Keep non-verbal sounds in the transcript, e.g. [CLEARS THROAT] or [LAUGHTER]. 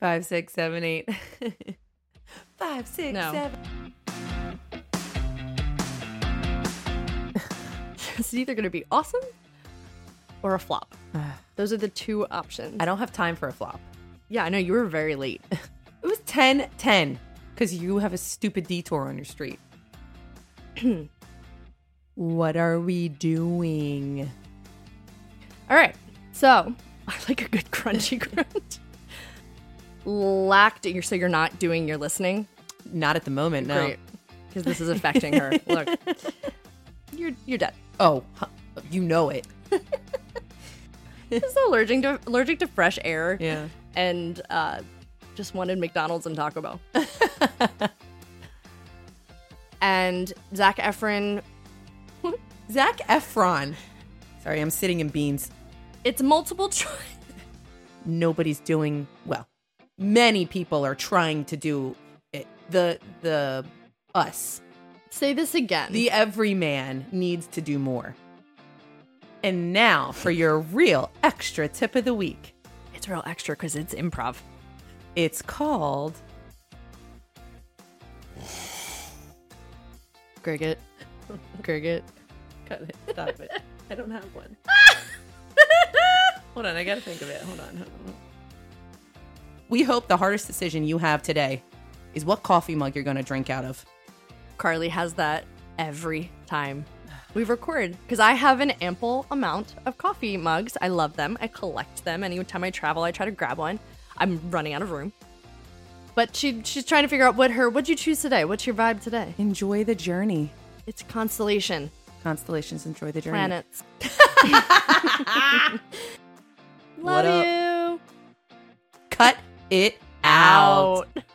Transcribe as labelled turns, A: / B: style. A: Five, six, seven, eight. [LAUGHS] Five, six,
B: No.
A: seven.
B: [LAUGHS] It's either going to be awesome or
A: [SIGHS]
B: a flop. Those are the two options.
A: I don't have time for a flop.
B: yeah, I know you were very late. [LAUGHS]
A: It was 10 10 because you have a stupid detour on your street. [CLEARS THROAT] what are we doing?
B: All right. So [LAUGHS] I like a good crunchy
A: [LAUGHS]
B: crunch. Lacked you're so you're not doing your listening.
A: Not at the moment, no.
B: Great. Because this is
A: [LAUGHS]
B: affecting her. Look. You're you're dead.
A: Oh, huh, you know it.
B: This is allergic to allergic to fresh air.
A: Yeah.
B: And uh just wanted McDonald's and Taco [LAUGHS] Bell. and Zach Efron,
A: Zach Efron. Sorry, I'm sitting in beans.
B: it's multiple choice. [LAUGHS]
A: Nobody's doing well. Many people are trying to do it. The the us,
B: Say this again.
A: the everyman needs to do more. And now for your real extra tip of the week.
B: it's real extra because it's improv.
A: It's called
B: Cricket. [LAUGHS] Cricket.
A: Cut it. Stop it. [LAUGHS] I don't have one. [LAUGHS] hold on, I gotta think of it. Hold on, hold on. We hope the hardest decision you have today is what coffee mug you're gonna drink out of.
B: Carly has that every time we record because I have an ample amount of coffee mugs. I love them. I collect them. Anytime I travel, I try to grab one. I'm running out of room. But she she's trying to figure out what her what'd you choose today? What's your vibe today?
A: Enjoy the journey.
B: It's constellation,
A: Constellations, enjoy the journey.
B: planets.
A: What
B: love
A: up? Cut it
B: you.
A: out.
B: Out.